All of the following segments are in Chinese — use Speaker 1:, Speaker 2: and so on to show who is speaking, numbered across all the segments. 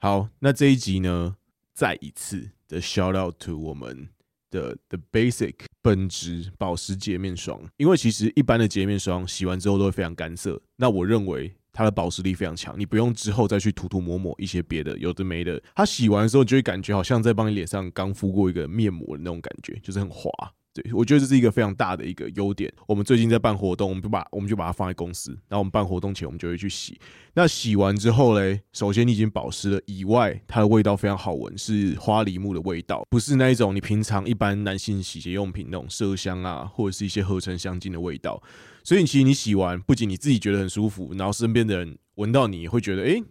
Speaker 1: 好，那这一集呢，再一次的 shout out to 我们的 The Basic 本质保湿洁面霜，因为其实一般的洁面霜洗完之后都会非常干涩，那我认为它的保湿力非常强，你不用之后再去涂涂抹抹一些别的有的没的，它洗完的时候你就会感觉好像在帮你脸上刚敷过一个面膜的那种感觉，就是很滑。对，我觉得这是一个非常大的一个优点。我们最近在办活动，我们就把我们就把它放在公司，然后我们办活动前我们就会去洗。那洗完之后嘞，首先你已经保湿了，以外它的味道非常好闻，是花梨木的味道，不是那一种你平常一般男性洗洁用品那种麝香啊，或者是一些合成香精的味道。所以其实你洗完，不仅你自己觉得很舒服，然后身边的人闻到你也会觉得，诶，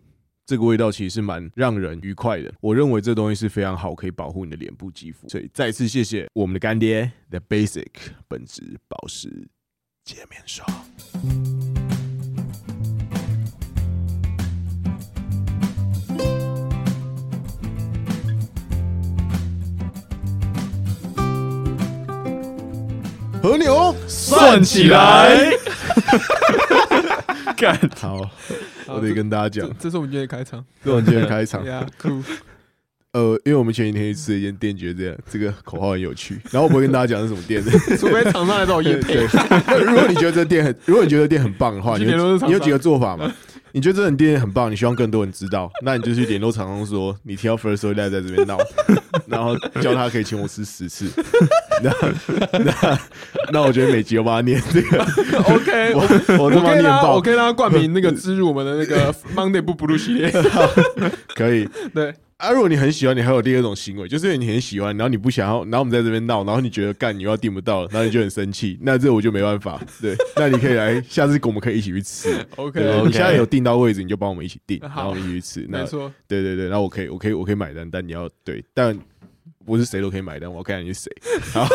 Speaker 1: 这个味道其实是蛮让人愉快的。我认为这东西是非常好，可以保护你的脸部肌肤。所以再次谢谢我们的干爹 The Basic 本质保湿洁面霜。和牛
Speaker 2: 算起来，
Speaker 3: 干，
Speaker 1: 好，我得跟大家
Speaker 2: 这
Speaker 1: 讲，
Speaker 2: 这是我们今天的开场。
Speaker 1: 这种今天开场，
Speaker 2: 呀，酷，
Speaker 1: 呃，因为我们前几天去吃了一间店，觉得这样这个口号很有趣，然后我不会跟大家讲是什么 店的。
Speaker 2: 除非厂商来找我夜
Speaker 1: 对
Speaker 2: 配
Speaker 1: 对，，如果你觉得这店很，如果你觉得店很棒的话，你
Speaker 2: 去联络
Speaker 1: 有
Speaker 2: 厂商
Speaker 1: 你有几个做法嘛？你觉得这间店很棒，你希望更多人知道，那你就去联络厂商说，你听到 First Story 在这边闹， 然后叫他可以请我吃十次。那那那我觉得每集我帮他念这个，
Speaker 2: OK，
Speaker 1: 我
Speaker 2: 我
Speaker 1: 我他
Speaker 2: 我
Speaker 1: 妈
Speaker 2: 可以
Speaker 1: 念
Speaker 2: 让他
Speaker 1: 爆
Speaker 2: 我，可以让他冠名 那个植入我们的那个 Monday 不 blue 系列。
Speaker 1: 可以。
Speaker 2: 对，
Speaker 1: 啊，如果你很喜欢，你还有第二种行为，就是你很喜欢，然后你不想要，然后我们在这边闹，然后你觉得干你又要订不到，然后你就很生气，那这我就没办法。对，那你可以来，下次我们可以一起去吃。
Speaker 2: OK，
Speaker 1: 对，
Speaker 3: OK
Speaker 1: 你现在有订到位置，你就帮我们一起订，然
Speaker 2: 好
Speaker 1: 后我们一起去吃。那
Speaker 2: 没错，
Speaker 1: 对对对，那我可以，我可以，我可以买单，但你要对，但不是谁都可以买单，我要看你是谁。 好，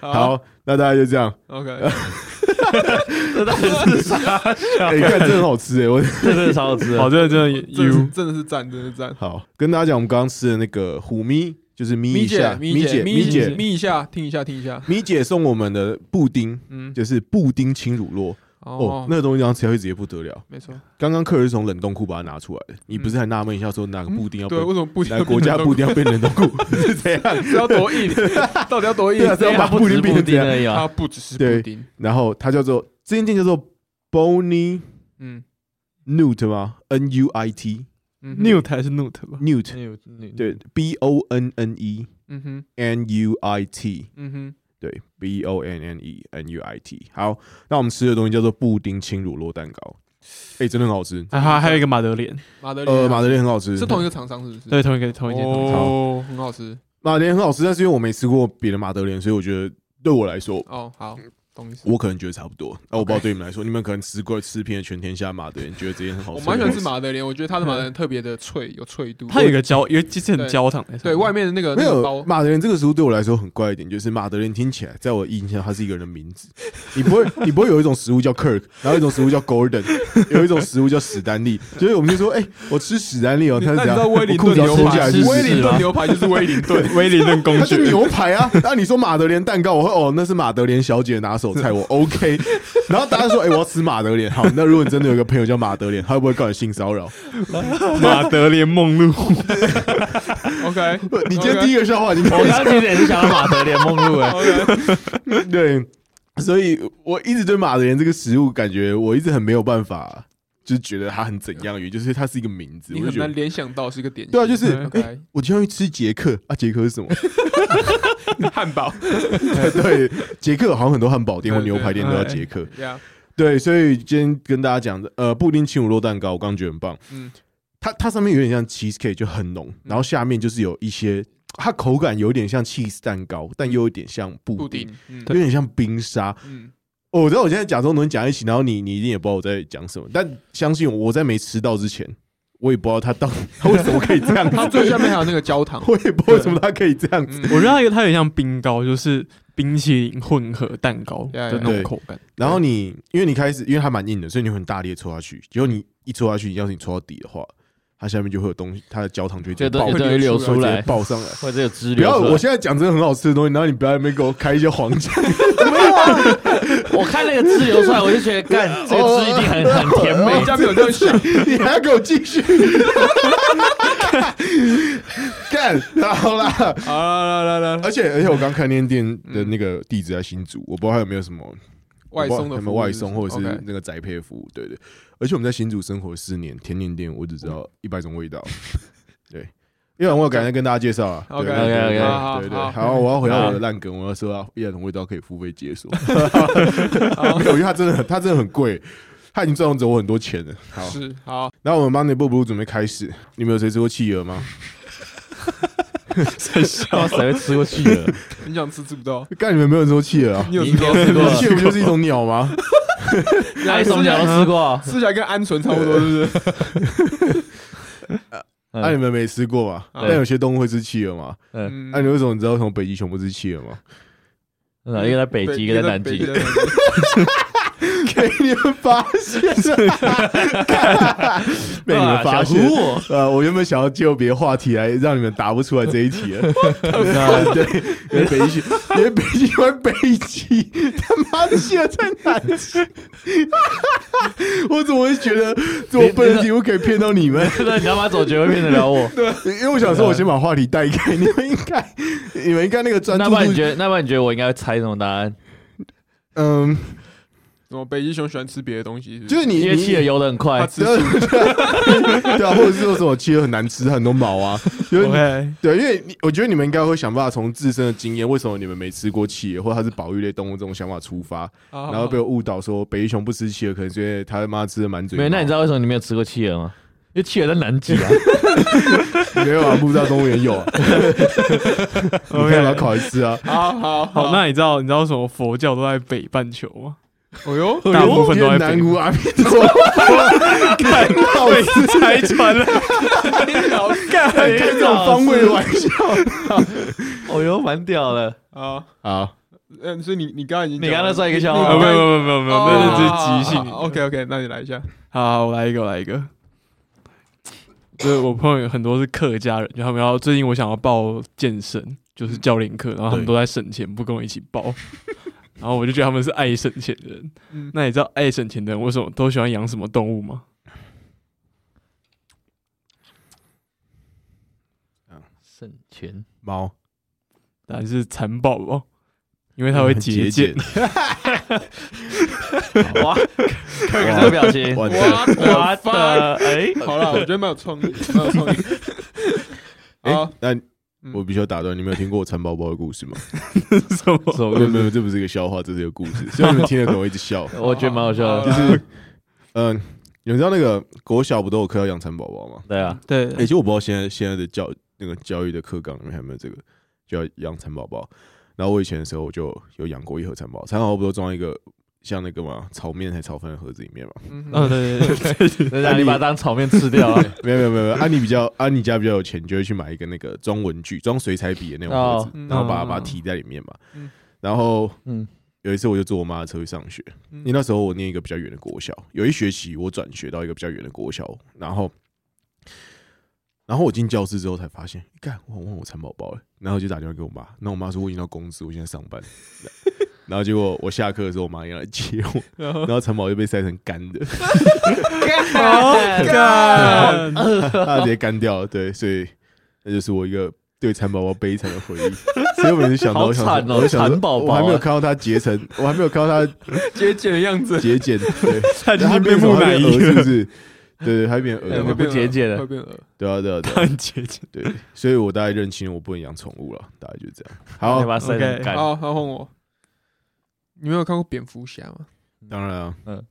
Speaker 2: 好
Speaker 1: 好，那大家就这样。
Speaker 2: ，OK，
Speaker 3: 这到底是啥？
Speaker 1: 哎，看真的很好吃哎，我
Speaker 3: 这真的超好吃的，
Speaker 2: 好，真的真的
Speaker 3: 真的是
Speaker 2: 真的是赞，真的是赞。
Speaker 1: 好跟大家讲，我们刚刚吃的那个虎咪，就是咪
Speaker 2: 咪
Speaker 1: 一
Speaker 2: 姐
Speaker 1: 下，，
Speaker 2: 咪
Speaker 1: 姐，
Speaker 2: 咪
Speaker 1: 咪姐，
Speaker 2: 姐，咪一下，听一下，听一下。
Speaker 1: 咪姐送我们的布丁。
Speaker 2: 嗯，
Speaker 1: 就是布丁轻乳酪哦
Speaker 2: 哦，，
Speaker 1: 那个东西然后吃下去直接不得了。
Speaker 2: 没错。
Speaker 1: 刚刚客人是从冷冻库把它拿出来的，你不是还纳闷一下说哪个布丁要被
Speaker 2: 嗯对，为什么不
Speaker 1: 哪个国家布丁要变冷冻库是这样？
Speaker 2: 是要 多硬？到底要多硬？
Speaker 1: 对啊这样
Speaker 3: 它
Speaker 1: 把
Speaker 3: 不
Speaker 1: 布
Speaker 3: 止
Speaker 1: 丁变
Speaker 3: 布
Speaker 1: 成这
Speaker 3: 丁
Speaker 1: 样
Speaker 3: 而已啊
Speaker 2: 它，不只是
Speaker 1: 对
Speaker 2: 布丁，
Speaker 1: 然后它叫做这间店叫做 Bonnie
Speaker 2: 嗯
Speaker 1: Newt 吗？N U I T
Speaker 2: 嗯哼
Speaker 4: Newt 还是 Newt 吧
Speaker 1: Newt
Speaker 3: 对，
Speaker 1: 对 B O N N E
Speaker 2: 嗯哼
Speaker 1: N U I T
Speaker 2: 嗯哼，
Speaker 1: 对 B O N N E N U I T 好，那我们吃的东西叫做布丁轻乳酪蛋糕，哎，真的很好吃。
Speaker 4: 啊，还还有一个马德莲，
Speaker 2: 马德里啊
Speaker 1: 呃，马德莲很好吃，
Speaker 2: 是同一个厂商是不是？
Speaker 4: 对，同一个同一件。同一间
Speaker 2: 哦，很好吃
Speaker 1: 马德莲很好吃，但是因为我没吃过别的马德莲，所以我觉得对我来说，
Speaker 2: 哦，好，懂意思。
Speaker 1: 我可能觉得差不多。啊那、我不知道对你们来说，你们可能吃过吃遍了全天下马德莲，觉得这些很好
Speaker 2: 我
Speaker 1: 吃。
Speaker 2: 蛮喜欢吃马德莲，我觉得它的马德
Speaker 1: 嗯
Speaker 2: 莲特别的脆，有脆度。
Speaker 4: 它有一个焦，有其实很焦糖的。
Speaker 2: 对外面的那个
Speaker 1: 没
Speaker 2: 那个
Speaker 1: 有
Speaker 2: 包，
Speaker 1: 马德莲这个食物对我来说很怪一点，就是马德莲听起来，在我印象它是一个人的名字。你不会，你不会有一种食物叫 Kirk，然后一种食物叫 Gordon，有一种食物叫史丹利。所以我们就说，哎、我吃史丹利哦，
Speaker 2: 你
Speaker 1: 他
Speaker 2: 那
Speaker 1: 是怎
Speaker 2: 你知
Speaker 1: 样？
Speaker 2: 道威
Speaker 1: 我
Speaker 2: 灵
Speaker 1: 裤
Speaker 2: 顿
Speaker 1: 子要
Speaker 2: 牛
Speaker 1: 脱下
Speaker 2: 排
Speaker 1: 来
Speaker 4: 是
Speaker 1: 是，
Speaker 4: 不是
Speaker 2: 威灵顿牛排就是威灵 顿，
Speaker 4: 威灵顿公
Speaker 1: 它是
Speaker 4: 爵，
Speaker 1: 牛排啊。 那你说马德莲蛋糕，我会哦，那是马德莲小姐的拿手菜，我 OK。然 后大家说，哎、我要吃马德莲。好，那如果你真的有一个朋友叫马德莲，他会不会告你性骚扰？
Speaker 4: 马德莲梦露，
Speaker 2: OK，
Speaker 1: 不你今天第一个笑话，你
Speaker 3: 我刚刚其实也是想到马德莲梦露哎，
Speaker 1: 对，所以我一直对马德莲这个食物感觉，我一直很没有办法，就是觉得它很怎样，也就是它是一个名字，
Speaker 2: 你
Speaker 1: 我就
Speaker 2: 很
Speaker 1: 觉
Speaker 2: 难
Speaker 1: 得。
Speaker 2: 联想到是一个点心。
Speaker 1: 对啊，就是
Speaker 4: 嗯
Speaker 1: 哎、
Speaker 2: OK
Speaker 1: 我今天去吃捷克啊，捷克是 什么？
Speaker 2: 汉堡。
Speaker 1: 对，捷克好像很多汉堡店或
Speaker 2: 对对
Speaker 1: 牛排店都要
Speaker 4: 对
Speaker 1: 捷克。
Speaker 2: Yeah，
Speaker 1: 对，所以今天跟大家讲的，呃，布丁轻乳酪蛋糕，我刚刚觉得很棒。
Speaker 2: 嗯，
Speaker 1: 它它上面有点像 cheese cake，就很浓，然后下面就是有一些，它口感有点像 cheese 蛋糕，但又有点像布
Speaker 2: 嗯布
Speaker 1: 丁，
Speaker 2: 丁，嗯
Speaker 1: 有点像冰沙，
Speaker 2: 嗯，
Speaker 1: 哦我知道我现在假装能讲一起，然后你你一定也不知道我在讲什么，但相信我，我在没吃到之前，我也不知道他到底他为什么可以这样
Speaker 2: 它
Speaker 1: 子，
Speaker 2: 最下面还有那个焦糖。
Speaker 1: 我也不知道为什么他可以这样子。
Speaker 2: 嗯
Speaker 4: 我觉得它有它有点像冰糕，就是冰淇淋混合蛋糕的那
Speaker 1: 对
Speaker 4: 种口感。
Speaker 1: 然后你因为你开始因为它蛮硬的，所以你会很大力的戳下去，结果你一戳下去，要是你戳到底的话，它下面就会有东西，它的焦糖就会直接
Speaker 3: 这东
Speaker 1: 爆
Speaker 3: 西
Speaker 2: 会
Speaker 3: 都会
Speaker 2: 流
Speaker 3: 流
Speaker 2: 出
Speaker 3: 出
Speaker 1: 会直接
Speaker 3: 来，
Speaker 1: 爆上来。
Speaker 3: 或者有支
Speaker 1: 不
Speaker 3: 流
Speaker 1: 要！
Speaker 3: 出来。
Speaker 1: 我现在讲真的很好吃的东西，然后你不要在那边给我开一些黄腔，
Speaker 3: 我看那个汁流出来，我就觉得干这个汁一定很很甜
Speaker 2: 我
Speaker 3: 美
Speaker 2: 们。家没有这样想，
Speaker 1: 你还要给我继续？干，好啦！
Speaker 2: 好啦啦啦啦，
Speaker 1: 而且而且，我刚开那间店的那个地址在新竹，我不知道还有没有什么
Speaker 2: 外送
Speaker 1: 有
Speaker 2: 的服
Speaker 1: 没
Speaker 2: 务
Speaker 1: 有外送或者是
Speaker 2: OK
Speaker 1: 那个宅配服务，对对。而且我们在新竹生活四年，甜点店我只知道一百种味 道，对。一百种味道改天跟大家介绍啊。对
Speaker 2: OK，
Speaker 1: 对对
Speaker 3: OK，OK，
Speaker 1: 对
Speaker 2: 好
Speaker 1: 对对。
Speaker 2: 好
Speaker 1: 好，我要回到
Speaker 3: 好
Speaker 1: 我的烂梗，我要说啊，一百种味道可以付费解 锁。没有，因为它真的很它真的很贵，它已经赚走我很多钱了。好，
Speaker 2: 是好，
Speaker 1: 那我们 Monday Blue Blue 准备开始，你们有谁吃过企鹅吗？
Speaker 3: 真笑，谁会吃过去了？
Speaker 2: 你想吃吃不到，
Speaker 1: 干，你们没有人说企鹅啊？
Speaker 2: 你有
Speaker 3: 你
Speaker 2: 吃过
Speaker 3: 应该吃过
Speaker 1: 企鹅不就是一种鸟吗？
Speaker 3: 哪一种鸟都吃过？
Speaker 2: 吃起来跟鹌鹑差不多，是不是？
Speaker 1: 那、啊你们没吃过嘛？
Speaker 2: 嗯
Speaker 1: 但有些动物会吃企鹅嘛？
Speaker 3: 嗯，
Speaker 1: 那、你为什么知道从北极熊不吃企鹅吗？
Speaker 3: 嗯一个在北
Speaker 1: 哎
Speaker 3: 极，一个在南极
Speaker 2: 北。北极
Speaker 1: 给你们发现 了，被你们发现
Speaker 3: 啊小。唬我
Speaker 1: 呃，我原本想要就别的话题来让你们答不出来这一 题了。
Speaker 3: 那
Speaker 1: 对，因为北极熊，因为北极喜欢北极，他妈的现在在南极。 我怎么会觉得这么笨的题目可以骗到你 们？
Speaker 3: 这个你他妈总觉得会骗得了我。
Speaker 1: 因为我想说，我先把话题带开，你们应该，你们应该那个
Speaker 4: 啊
Speaker 1: 专
Speaker 3: 那
Speaker 1: 注
Speaker 3: 不然你
Speaker 1: 度，
Speaker 3: 觉得，那不然你觉得我应该猜什么答案？
Speaker 1: 嗯，
Speaker 2: 怎么北极熊喜欢吃别的东西？是不是
Speaker 1: 就是你
Speaker 3: 因为
Speaker 1: 你
Speaker 3: 企鹅游得很快
Speaker 2: 它，吃素
Speaker 1: 对啊，或者是说什么企鹅很难吃，很多毛啊，因为
Speaker 4: OK，
Speaker 1: 对，因为你我觉得你们应该会想办法从自身的经验，为什么你们没吃过企鹅，或者它是保育类动物这种想法出发，
Speaker 2: 哦
Speaker 1: 然后被我误导说北极熊不吃企鹅，可能是因为它妈吃的满嘴毛。
Speaker 3: 没有？那你知道为什么你没有吃过企鹅吗？因为企鹅在南极 啊。
Speaker 1: 没有啊？木栅动物园有啊，你
Speaker 4: 哦
Speaker 1: 可以把它烤一次啊。
Speaker 2: 好好
Speaker 4: 好，那你知道你知道什么佛教都在北半球吗？
Speaker 2: 哦哟，
Speaker 1: 哎
Speaker 4: 大部分都在
Speaker 1: 越
Speaker 4: 北
Speaker 1: 南 无阿弥陀佛，看到
Speaker 4: 被拆 穿了，
Speaker 1: 还开这种方位的玩笑。
Speaker 3: 哦哟，蛮屌的。
Speaker 2: 啊，
Speaker 1: 好，
Speaker 2: 嗯，所以你你刚刚已经
Speaker 3: 你刚才
Speaker 2: 说
Speaker 3: 算一个笑
Speaker 4: 没
Speaker 3: 话
Speaker 4: 有
Speaker 2: 你
Speaker 4: 哦没有
Speaker 3: 吗，
Speaker 4: 没有没有没有，
Speaker 1: 啊
Speaker 4: 那是即兴。
Speaker 2: OK OK，那你来一下。
Speaker 4: 好好，我来一个，我来一个。就是我朋友有很多是客家人，就他们要最近我想要报健身，就是教练课，然后他们
Speaker 1: 对
Speaker 4: 都在省钱，不跟我一起报。 然后我就觉得他们是爱省钱的人。
Speaker 2: 嗯，
Speaker 4: 那你知道爱省钱的人为什么都喜欢养什么动物吗？
Speaker 3: 省钱。
Speaker 1: 猫
Speaker 4: 答案是蚕宝宝，因为它会节 俭。。
Speaker 3: 哇， 看看这个表情，
Speaker 1: 哇，
Speaker 2: 哇
Speaker 3: 我
Speaker 2: 的，
Speaker 3: 的哎，
Speaker 2: 好了，我觉得蛮有创意，蛮有创意。
Speaker 1: 哎
Speaker 2: 好，嗯
Speaker 1: 那我必须要打断，你们有听过蚕宝宝的故事吗？
Speaker 4: 什么？
Speaker 3: 什
Speaker 1: 哦
Speaker 3: 么
Speaker 1: 没有没有，这不是一个笑话，这是一个故事。虽然你们听得懂，我一直笑。
Speaker 3: 我觉得蛮好笑
Speaker 2: 就
Speaker 3: 的。
Speaker 1: 就是，嗯，你们知道那个国小不都有课要养蚕宝宝吗？
Speaker 3: 对啊，
Speaker 4: 对，
Speaker 1: 哎、其实我不知道现在现在的教那个教育的课纲里面还有没有这个，就要养蚕宝宝。然后我以前的时候，我就有养过一盒蚕宝宝，蚕宝宝不都装在一个像那个嘛炒面还炒饭的盒子里面嘛？
Speaker 4: 嗯，
Speaker 2: 嗯，
Speaker 4: 对对对，
Speaker 3: 那让你把它当炒面吃掉 啊。
Speaker 1: 没有没有没有没有，安、妮比较安、妮家比较有钱，就会去买一个那个装文具、装水彩笔的那种盒子，
Speaker 2: 哦
Speaker 1: 然后把它
Speaker 4: 嗯
Speaker 1: 把它提在里面嘛。
Speaker 2: 嗯
Speaker 1: 然后
Speaker 3: 嗯，
Speaker 1: 有一次我就坐我妈的车去上学，
Speaker 2: 嗯
Speaker 1: 因为那时候我念一个比较远的国小，有一学期我转学到一个比较远的国小，然后，然后我进教室之后才发现，干，我忘我蚕宝宝了，然后我就打电话给我妈，那我妈说我已经到公司，我现在上班，然后结果我下课的时候，我妈也来接 我，
Speaker 2: 然
Speaker 1: 然后蚕宝宝就被晒成干的，
Speaker 4: 干
Speaker 1: 它直接干掉了，对，所以那就是我一个。对蚕宝宝悲惨的回忆，所以我每次想到，
Speaker 3: 好
Speaker 1: 我想
Speaker 3: 惨
Speaker 1: 说，
Speaker 3: 哦
Speaker 1: 我就想说
Speaker 3: 蚕宝宝
Speaker 1: 我还没有
Speaker 3: 啊
Speaker 1: 看到它结成，我还没有看到它
Speaker 2: 节俭的样子，
Speaker 1: 节俭，对，
Speaker 4: 它已
Speaker 1: 他
Speaker 4: 经
Speaker 1: 变
Speaker 4: 变
Speaker 1: 成
Speaker 4: 木
Speaker 1: 鹅
Speaker 4: 乃伊
Speaker 1: 是
Speaker 4: 了，
Speaker 1: 不是？对对，他变
Speaker 4: 哎
Speaker 1: 鹅
Speaker 3: 会
Speaker 1: 嘛，
Speaker 3: 不节俭的
Speaker 2: 哎会变鹅。
Speaker 1: 对啊对啊对啊
Speaker 4: 它很节俭。
Speaker 1: 对，所以我大概认清了我不能养宠物了，大概就是这样。好
Speaker 3: 你，把它晒成
Speaker 4: OK
Speaker 3: 干。
Speaker 2: 好，好换我。你没有看过蝙蝠侠吗？
Speaker 1: 当然啊，
Speaker 2: 哦，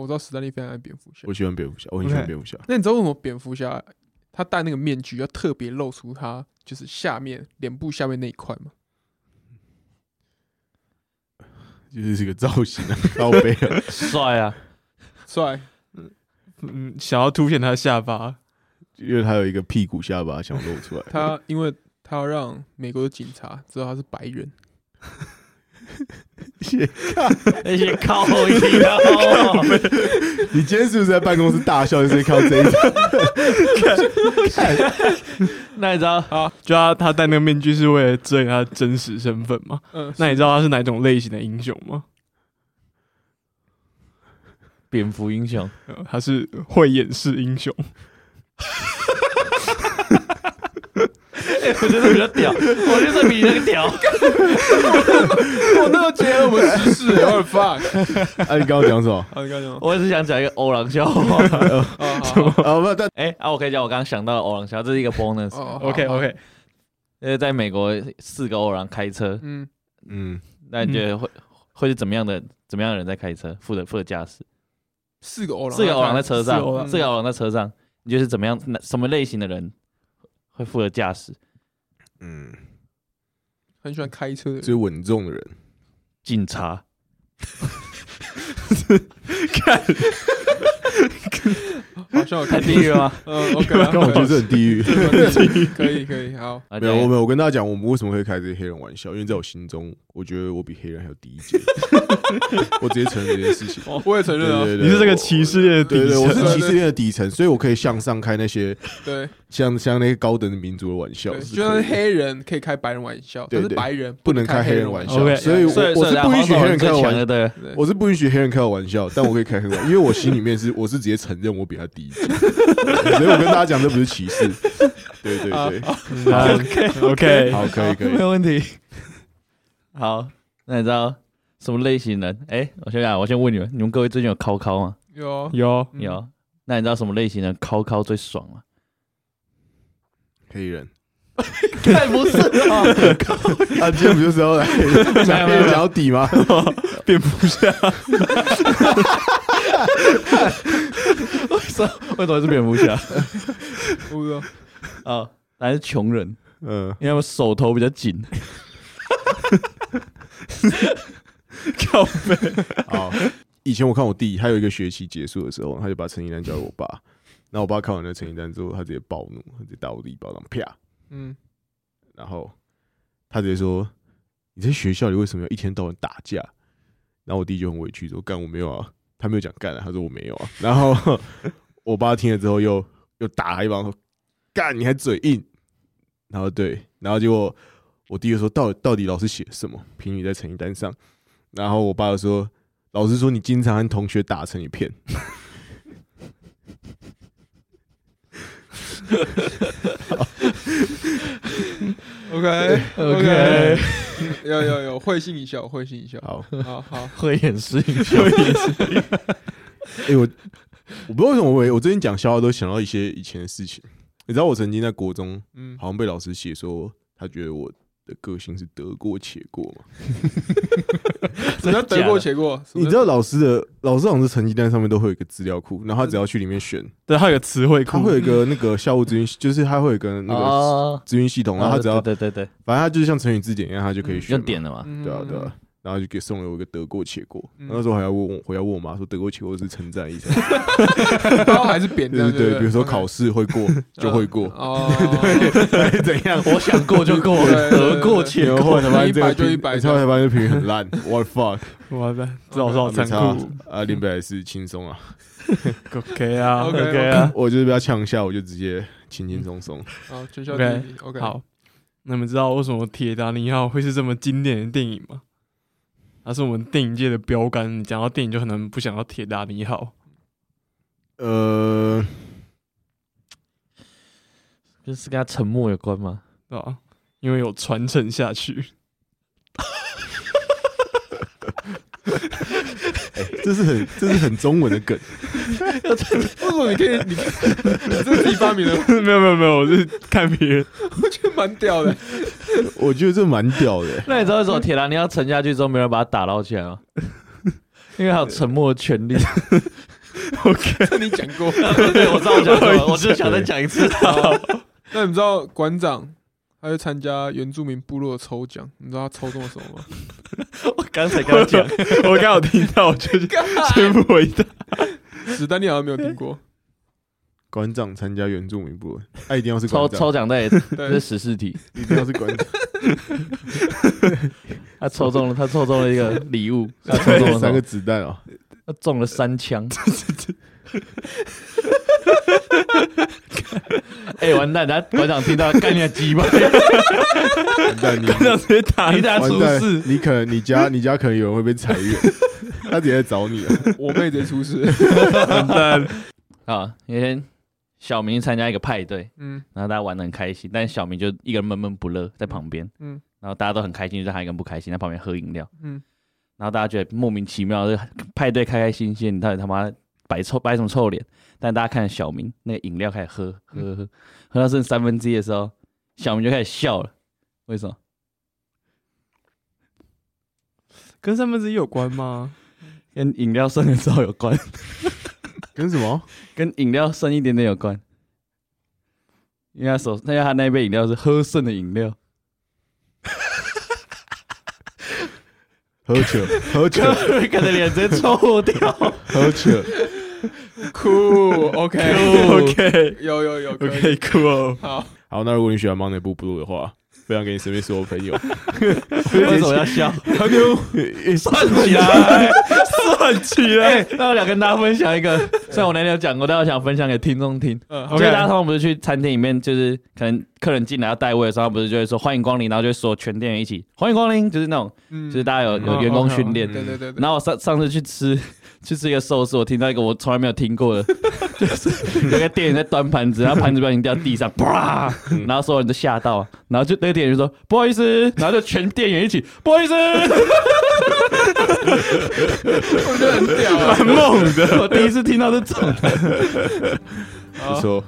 Speaker 2: 我知道史丹利非常爱蝙蝠侠
Speaker 1: 我。喜欢蝙蝠侠，我很喜欢
Speaker 4: OK
Speaker 1: 蝙蝠侠。
Speaker 2: 那你知道为什么蝙蝠侠他戴那个面具要特别露出他就是下面脸部下面那一块吗？
Speaker 1: 就是这个造型啊， 高背啊，
Speaker 3: 帅啊！
Speaker 2: 帅，
Speaker 4: 嗯，想要凸显它的下巴，
Speaker 1: 因为他有一个屁股下巴想露出来。
Speaker 2: 他因为他要让美国的警察知道他是白 人，
Speaker 3: 那些靠一 啊，
Speaker 1: 你今天是不是在办公室大笑？就是靠这一张？
Speaker 3: 那你知道
Speaker 4: 就他他戴那个面具是为了遮掩他的真实身份嘛？
Speaker 2: 嗯，
Speaker 4: 那你知道他是哪种类型的英雄吗？
Speaker 3: 蝙蝠英雄，
Speaker 4: 呃他是会掩饰英雄，
Speaker 3: 哎，我觉得比较屌，我觉得比你那个 屌。
Speaker 2: 我那个
Speaker 1: 啊
Speaker 2: 结合我们知识，我很 fuck。
Speaker 1: 哎，你刚刚讲什么？
Speaker 4: 啊，你刚 讲
Speaker 3: 我只想讲一个欧郎笑 话。
Speaker 2: 哦好好
Speaker 1: 啊，不，但
Speaker 3: 哎，啊，我可以讲我刚刚想到的欧郎笑话，这是一个 bonus。
Speaker 2: 哦好
Speaker 4: ，OK
Speaker 2: 好
Speaker 4: OK，
Speaker 3: 呃，在美国四个欧郎开车，
Speaker 2: 嗯，
Speaker 1: 嗯，
Speaker 3: 那你觉得会会是怎么样的怎么样的人在开车，负责负责驾驶？
Speaker 2: 四个欧嗯郎，
Speaker 3: 四个欧郎在车上
Speaker 4: 四个欧，郎
Speaker 3: 四个欧郎在车上，你觉得是怎么样？那什么类型的人会负责驾驶？
Speaker 1: 嗯，
Speaker 2: 很喜欢开车的人，
Speaker 1: 最稳重的人，
Speaker 3: 警察。
Speaker 1: 嗯
Speaker 2: 好像有
Speaker 3: 看
Speaker 2: 看
Speaker 3: 地狱吗？
Speaker 2: 嗯，OK，
Speaker 1: 但我觉得这很地 狱。
Speaker 2: 可以可以，好，
Speaker 3: 啊
Speaker 1: 没有，我没有，我跟大家讲，我们为什么会开这些黑人玩笑，因为在我心中，我觉得我比黑人还有低一阶， 我直接承认这件事情。
Speaker 2: 我也承
Speaker 1: 对
Speaker 2: 认啊，
Speaker 1: 对对，
Speaker 4: 你是这个
Speaker 1: 我
Speaker 4: 歧视链的
Speaker 1: 对
Speaker 4: 底
Speaker 1: 对，我
Speaker 4: 层，
Speaker 1: 是歧视链的底层，所以我可以向上开那些
Speaker 2: 对
Speaker 1: 像像那些高等民族的玩笑，
Speaker 2: 对，
Speaker 1: 是
Speaker 2: 就
Speaker 1: 可以
Speaker 2: 算
Speaker 1: 的
Speaker 2: 黑人可以开白人玩笑，
Speaker 1: 对
Speaker 2: 但是
Speaker 1: 对
Speaker 2: 白人
Speaker 1: 不能开黑
Speaker 2: 黑
Speaker 1: 人玩
Speaker 2: 玩
Speaker 1: 笑，
Speaker 4: OK
Speaker 1: 所以我
Speaker 3: 所以
Speaker 1: 我是不允许黑人开玩
Speaker 3: 的，
Speaker 1: 笑，
Speaker 3: 对，
Speaker 2: 对
Speaker 1: 我是不允许黑人开玩笑，但我可以开黑人玩笑，因为我心里面是我是直接承认我比他低一阶， 所以我跟大家讲这不是歧视，对对对，嗯
Speaker 4: OK，
Speaker 1: 好，可以可以，
Speaker 3: 有问题。 好，那你知道什么类型人？哎、我先讲，我先问你们，你们各位最近有考考吗？
Speaker 2: 有
Speaker 4: 有
Speaker 2: 嗯
Speaker 3: 有。那你知道什么类型人考考最爽吗？
Speaker 1: 黑人，
Speaker 3: 太不是啊！
Speaker 1: 啊，今天不就是要来讲黑人讲到底吗？
Speaker 4: 蝙蝠侠，
Speaker 3: 为什么是蝙蝠侠？
Speaker 2: 不知道
Speaker 3: 啊，还是穷人，
Speaker 1: 嗯，
Speaker 3: 因为他们手头比较紧。
Speaker 4: 靠背，
Speaker 1: 好，以前我看我弟，他有一个学期结束的时候，他就把成绩单交给我爸，然后我爸看完那成绩单之后，他直接暴怒，他直接打我弟一巴掌，啪，
Speaker 2: 嗯，
Speaker 1: 然后他直接说：“你在学校里为什么要一天到晚打架？”然后我弟就很委屈说：“干我没有啊。”他没有讲干啊，他说我没有啊。然后我爸听了之后又又打他一巴，说：“干你还嘴硬。”然后对，然后结果我弟就说：“到底到底老师写什么评语在成绩单上？”然后我爸就说：“老师说你经常和同学打成一片。”
Speaker 2: OK
Speaker 3: OK
Speaker 2: 有有有，会心一笑，会心一笑。
Speaker 1: 好，
Speaker 2: 好好，
Speaker 3: 会演示英雄，会演示。
Speaker 1: 哎、我我不知道为什么我我最近讲笑话都想到一些以前的事情。你知道我曾经在国中
Speaker 2: 嗯，
Speaker 1: 好像被老师写说他觉得我的个性是得过且过嘛。
Speaker 2: 什么叫得过且过？
Speaker 1: 你知道老师的老师好像是成绩单上面都会有一个资料库，然后他只要去里面选，
Speaker 4: 对，他有个词汇
Speaker 1: 他
Speaker 4: 库
Speaker 1: 会，有一个那个校务咨询，就是他会有一个那个
Speaker 3: 哦，
Speaker 1: 咨询系统，然后他只要
Speaker 3: 对对对，
Speaker 1: 反正他就是像成语字典一样，他就可以选
Speaker 3: 用
Speaker 1: 嘛。
Speaker 3: 点了嘛。
Speaker 2: 嗯
Speaker 1: 对啊对啊，，然后就给送了我一个得过且过。
Speaker 2: 嗯
Speaker 1: 那时候还要问我，我要问我妈说得过且过是称赞意思吗，
Speaker 2: 高还是扁
Speaker 1: 对
Speaker 2: 的？
Speaker 1: 对对，嗯比如说
Speaker 2: OK
Speaker 1: 考试会过就会过，
Speaker 2: 哦，
Speaker 1: 怎样？
Speaker 3: 我想过就过，
Speaker 2: 对对对
Speaker 3: 得过
Speaker 1: 嗯
Speaker 3: 且过。
Speaker 1: 后才发现这个
Speaker 2: 100就
Speaker 1: 评
Speaker 2: 100
Speaker 1: 你才才发现这评语很烂，what fuck？
Speaker 4: 哇塞，这老师好
Speaker 1: 没
Speaker 4: 残
Speaker 1: 差啊
Speaker 4: 酷
Speaker 1: 啊，林北还是轻松啊，
Speaker 4: ，OK 啊
Speaker 2: OK，
Speaker 4: ，OK 啊，
Speaker 1: 我就是被他呛一下，我就直接轻轻松 松。
Speaker 2: 好，全校第一，OK，，
Speaker 4: 好。那你们知道为什么《铁达尼号》会是这么经典的电影吗？它是我们电影界的标杆。你讲到电影，就可能不想到《铁达尼号
Speaker 3: 嗯
Speaker 1: 呃，
Speaker 3: 就是跟他沉默有关吗？》，
Speaker 4: 对吧？因为有传承下去。
Speaker 1: 哎这是很这是很中文的梗，
Speaker 2: 为什么你可以你你这是自己发明 的？
Speaker 4: 没有没有没有，我是看别人。
Speaker 2: 我觉得蛮屌的。
Speaker 1: 我觉得这蛮屌的。
Speaker 3: 那你知道为什么铁达尼要沉下去之后没人把它打捞起来 吗？因为还有沉默的权利。
Speaker 2: 这你讲过。
Speaker 3: 对，我知道我讲什么， 我就想再讲一次。
Speaker 2: 那你知道馆长他去参加原住民部落的抽奖，你知道他抽中了什么吗？
Speaker 3: 我刚才跟他 讲，
Speaker 4: 我刚有听到，我就是先不回答。
Speaker 2: 史丹利好像没有听过。
Speaker 1: 馆长参加原住民部落，他一定要是
Speaker 3: 抽
Speaker 1: 馆长，
Speaker 3: 抽奖袋也是这
Speaker 2: 对
Speaker 3: 是，十四题，
Speaker 1: 一定要是馆长。
Speaker 3: 他抽中了，他抽中了一个礼物，他抽中了
Speaker 1: 三
Speaker 3: 三
Speaker 1: 个
Speaker 3: 个，
Speaker 1: 子弹哦，
Speaker 3: 他中了三枪。 哎，完蛋！他馆长听到干你的鸡巴，
Speaker 1: 完蛋你
Speaker 4: 这样直接打
Speaker 3: 你
Speaker 4: 一
Speaker 3: 等下
Speaker 1: 完
Speaker 3: 出
Speaker 1: 蛋
Speaker 3: 事，
Speaker 1: 你可能你家你家可能有人会被裁员。 他直接来找你了。
Speaker 2: 我妹直接出事。
Speaker 4: 完 蛋，
Speaker 3: 啊，那天小明参加一个派对，
Speaker 2: 嗯
Speaker 3: 然后大家玩的很开心，但小明就一个人闷闷不乐在旁边，
Speaker 2: 嗯
Speaker 3: 然后大家都很开心，就他一个人不开心，在旁边喝饮料，
Speaker 2: 嗯，
Speaker 3: 然后大家觉得莫名其妙，这派对开开心心，你到底他妈摆臭摆什么臭脸？但大家看小明那个饮料开始喝喝喝，喝到剩三分之一的时候，小明就开始笑了，为什么？
Speaker 4: 跟三分之一有关吗？
Speaker 3: 跟饮料剩的时候有关，
Speaker 1: 跟什么？
Speaker 3: 跟饮料剩一点点有关。因为他手，因为他那杯饮料是喝剩的饮 料，
Speaker 1: 喝酒，喝酒，
Speaker 3: 看着脸直接抽 掉。
Speaker 1: 喝酒。
Speaker 2: 酷，OK
Speaker 4: OK
Speaker 2: 有有有可以
Speaker 4: OK cool，
Speaker 2: 好，
Speaker 1: 好，那如果你喜欢 Monday Blue Blue 的话，分享给你身边所有朋友。
Speaker 3: 为什么要 笑？
Speaker 1: 算
Speaker 3: 起来，
Speaker 4: 算起 来。
Speaker 3: 哎，那我想跟大家分享一个，虽然我那天有讲过，但我想分享给听众听。
Speaker 2: 嗯
Speaker 3: 就
Speaker 4: OK
Speaker 3: 是大家通常不是去餐厅里面，就是可能客人进来要带位的时候，他不是就会说欢迎光临，然后就会说全店员一起欢迎光临，就是那种，
Speaker 2: 嗯
Speaker 3: 就是大家有
Speaker 1: 嗯
Speaker 3: 有员工训练
Speaker 1: 嗯。
Speaker 2: 对对对对，
Speaker 3: 然后我上上次去吃去吃一个寿司，我听到一个我从来没有听过的， 就是有个店员在端盘子，然后盘子不小心掉地上，啪，然后所有人都吓到，然后就那个店员就说不好意思，然后就全店员一起不 好意思，
Speaker 2: 我觉得很屌啊。
Speaker 3: 很猛的，我第一次听到这种。
Speaker 1: 不错。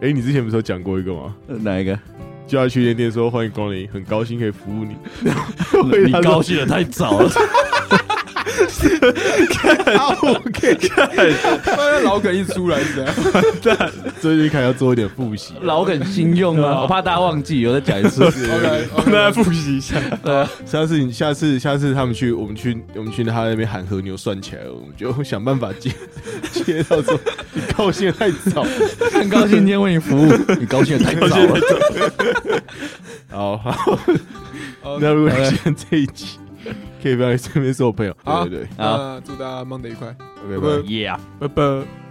Speaker 1: 哎、你之前不是有讲过一个吗？
Speaker 3: 哪一个？
Speaker 1: 就要去夜店说欢迎光临，很高兴可以服务你。
Speaker 3: 你高兴的太早 了。
Speaker 1: OK，
Speaker 2: 那老梗一直出来是这样。
Speaker 1: 最近开始要做一点复习。
Speaker 3: 老梗新用啊，我怕大家忘记，我再讲一 次。
Speaker 1: 네.
Speaker 2: OK
Speaker 4: 大家
Speaker 2: OK，
Speaker 4: 啊复习一下，
Speaker 1: 下次你下次下次他们去，我们去我们去他那边喊和牛算起来，我们就想办法接 接到说你高兴太早。
Speaker 3: 很高兴今天为你服务，你高兴的太早了。
Speaker 1: 好，好，那如果你喜欢这一集，可以不要身边所有朋友。
Speaker 2: 好
Speaker 1: 对对
Speaker 3: 好
Speaker 2: 那祝大家 Monday 愉快。
Speaker 1: 对，OK，拜拜。
Speaker 3: 啊，Yeah。
Speaker 4: 拜拜。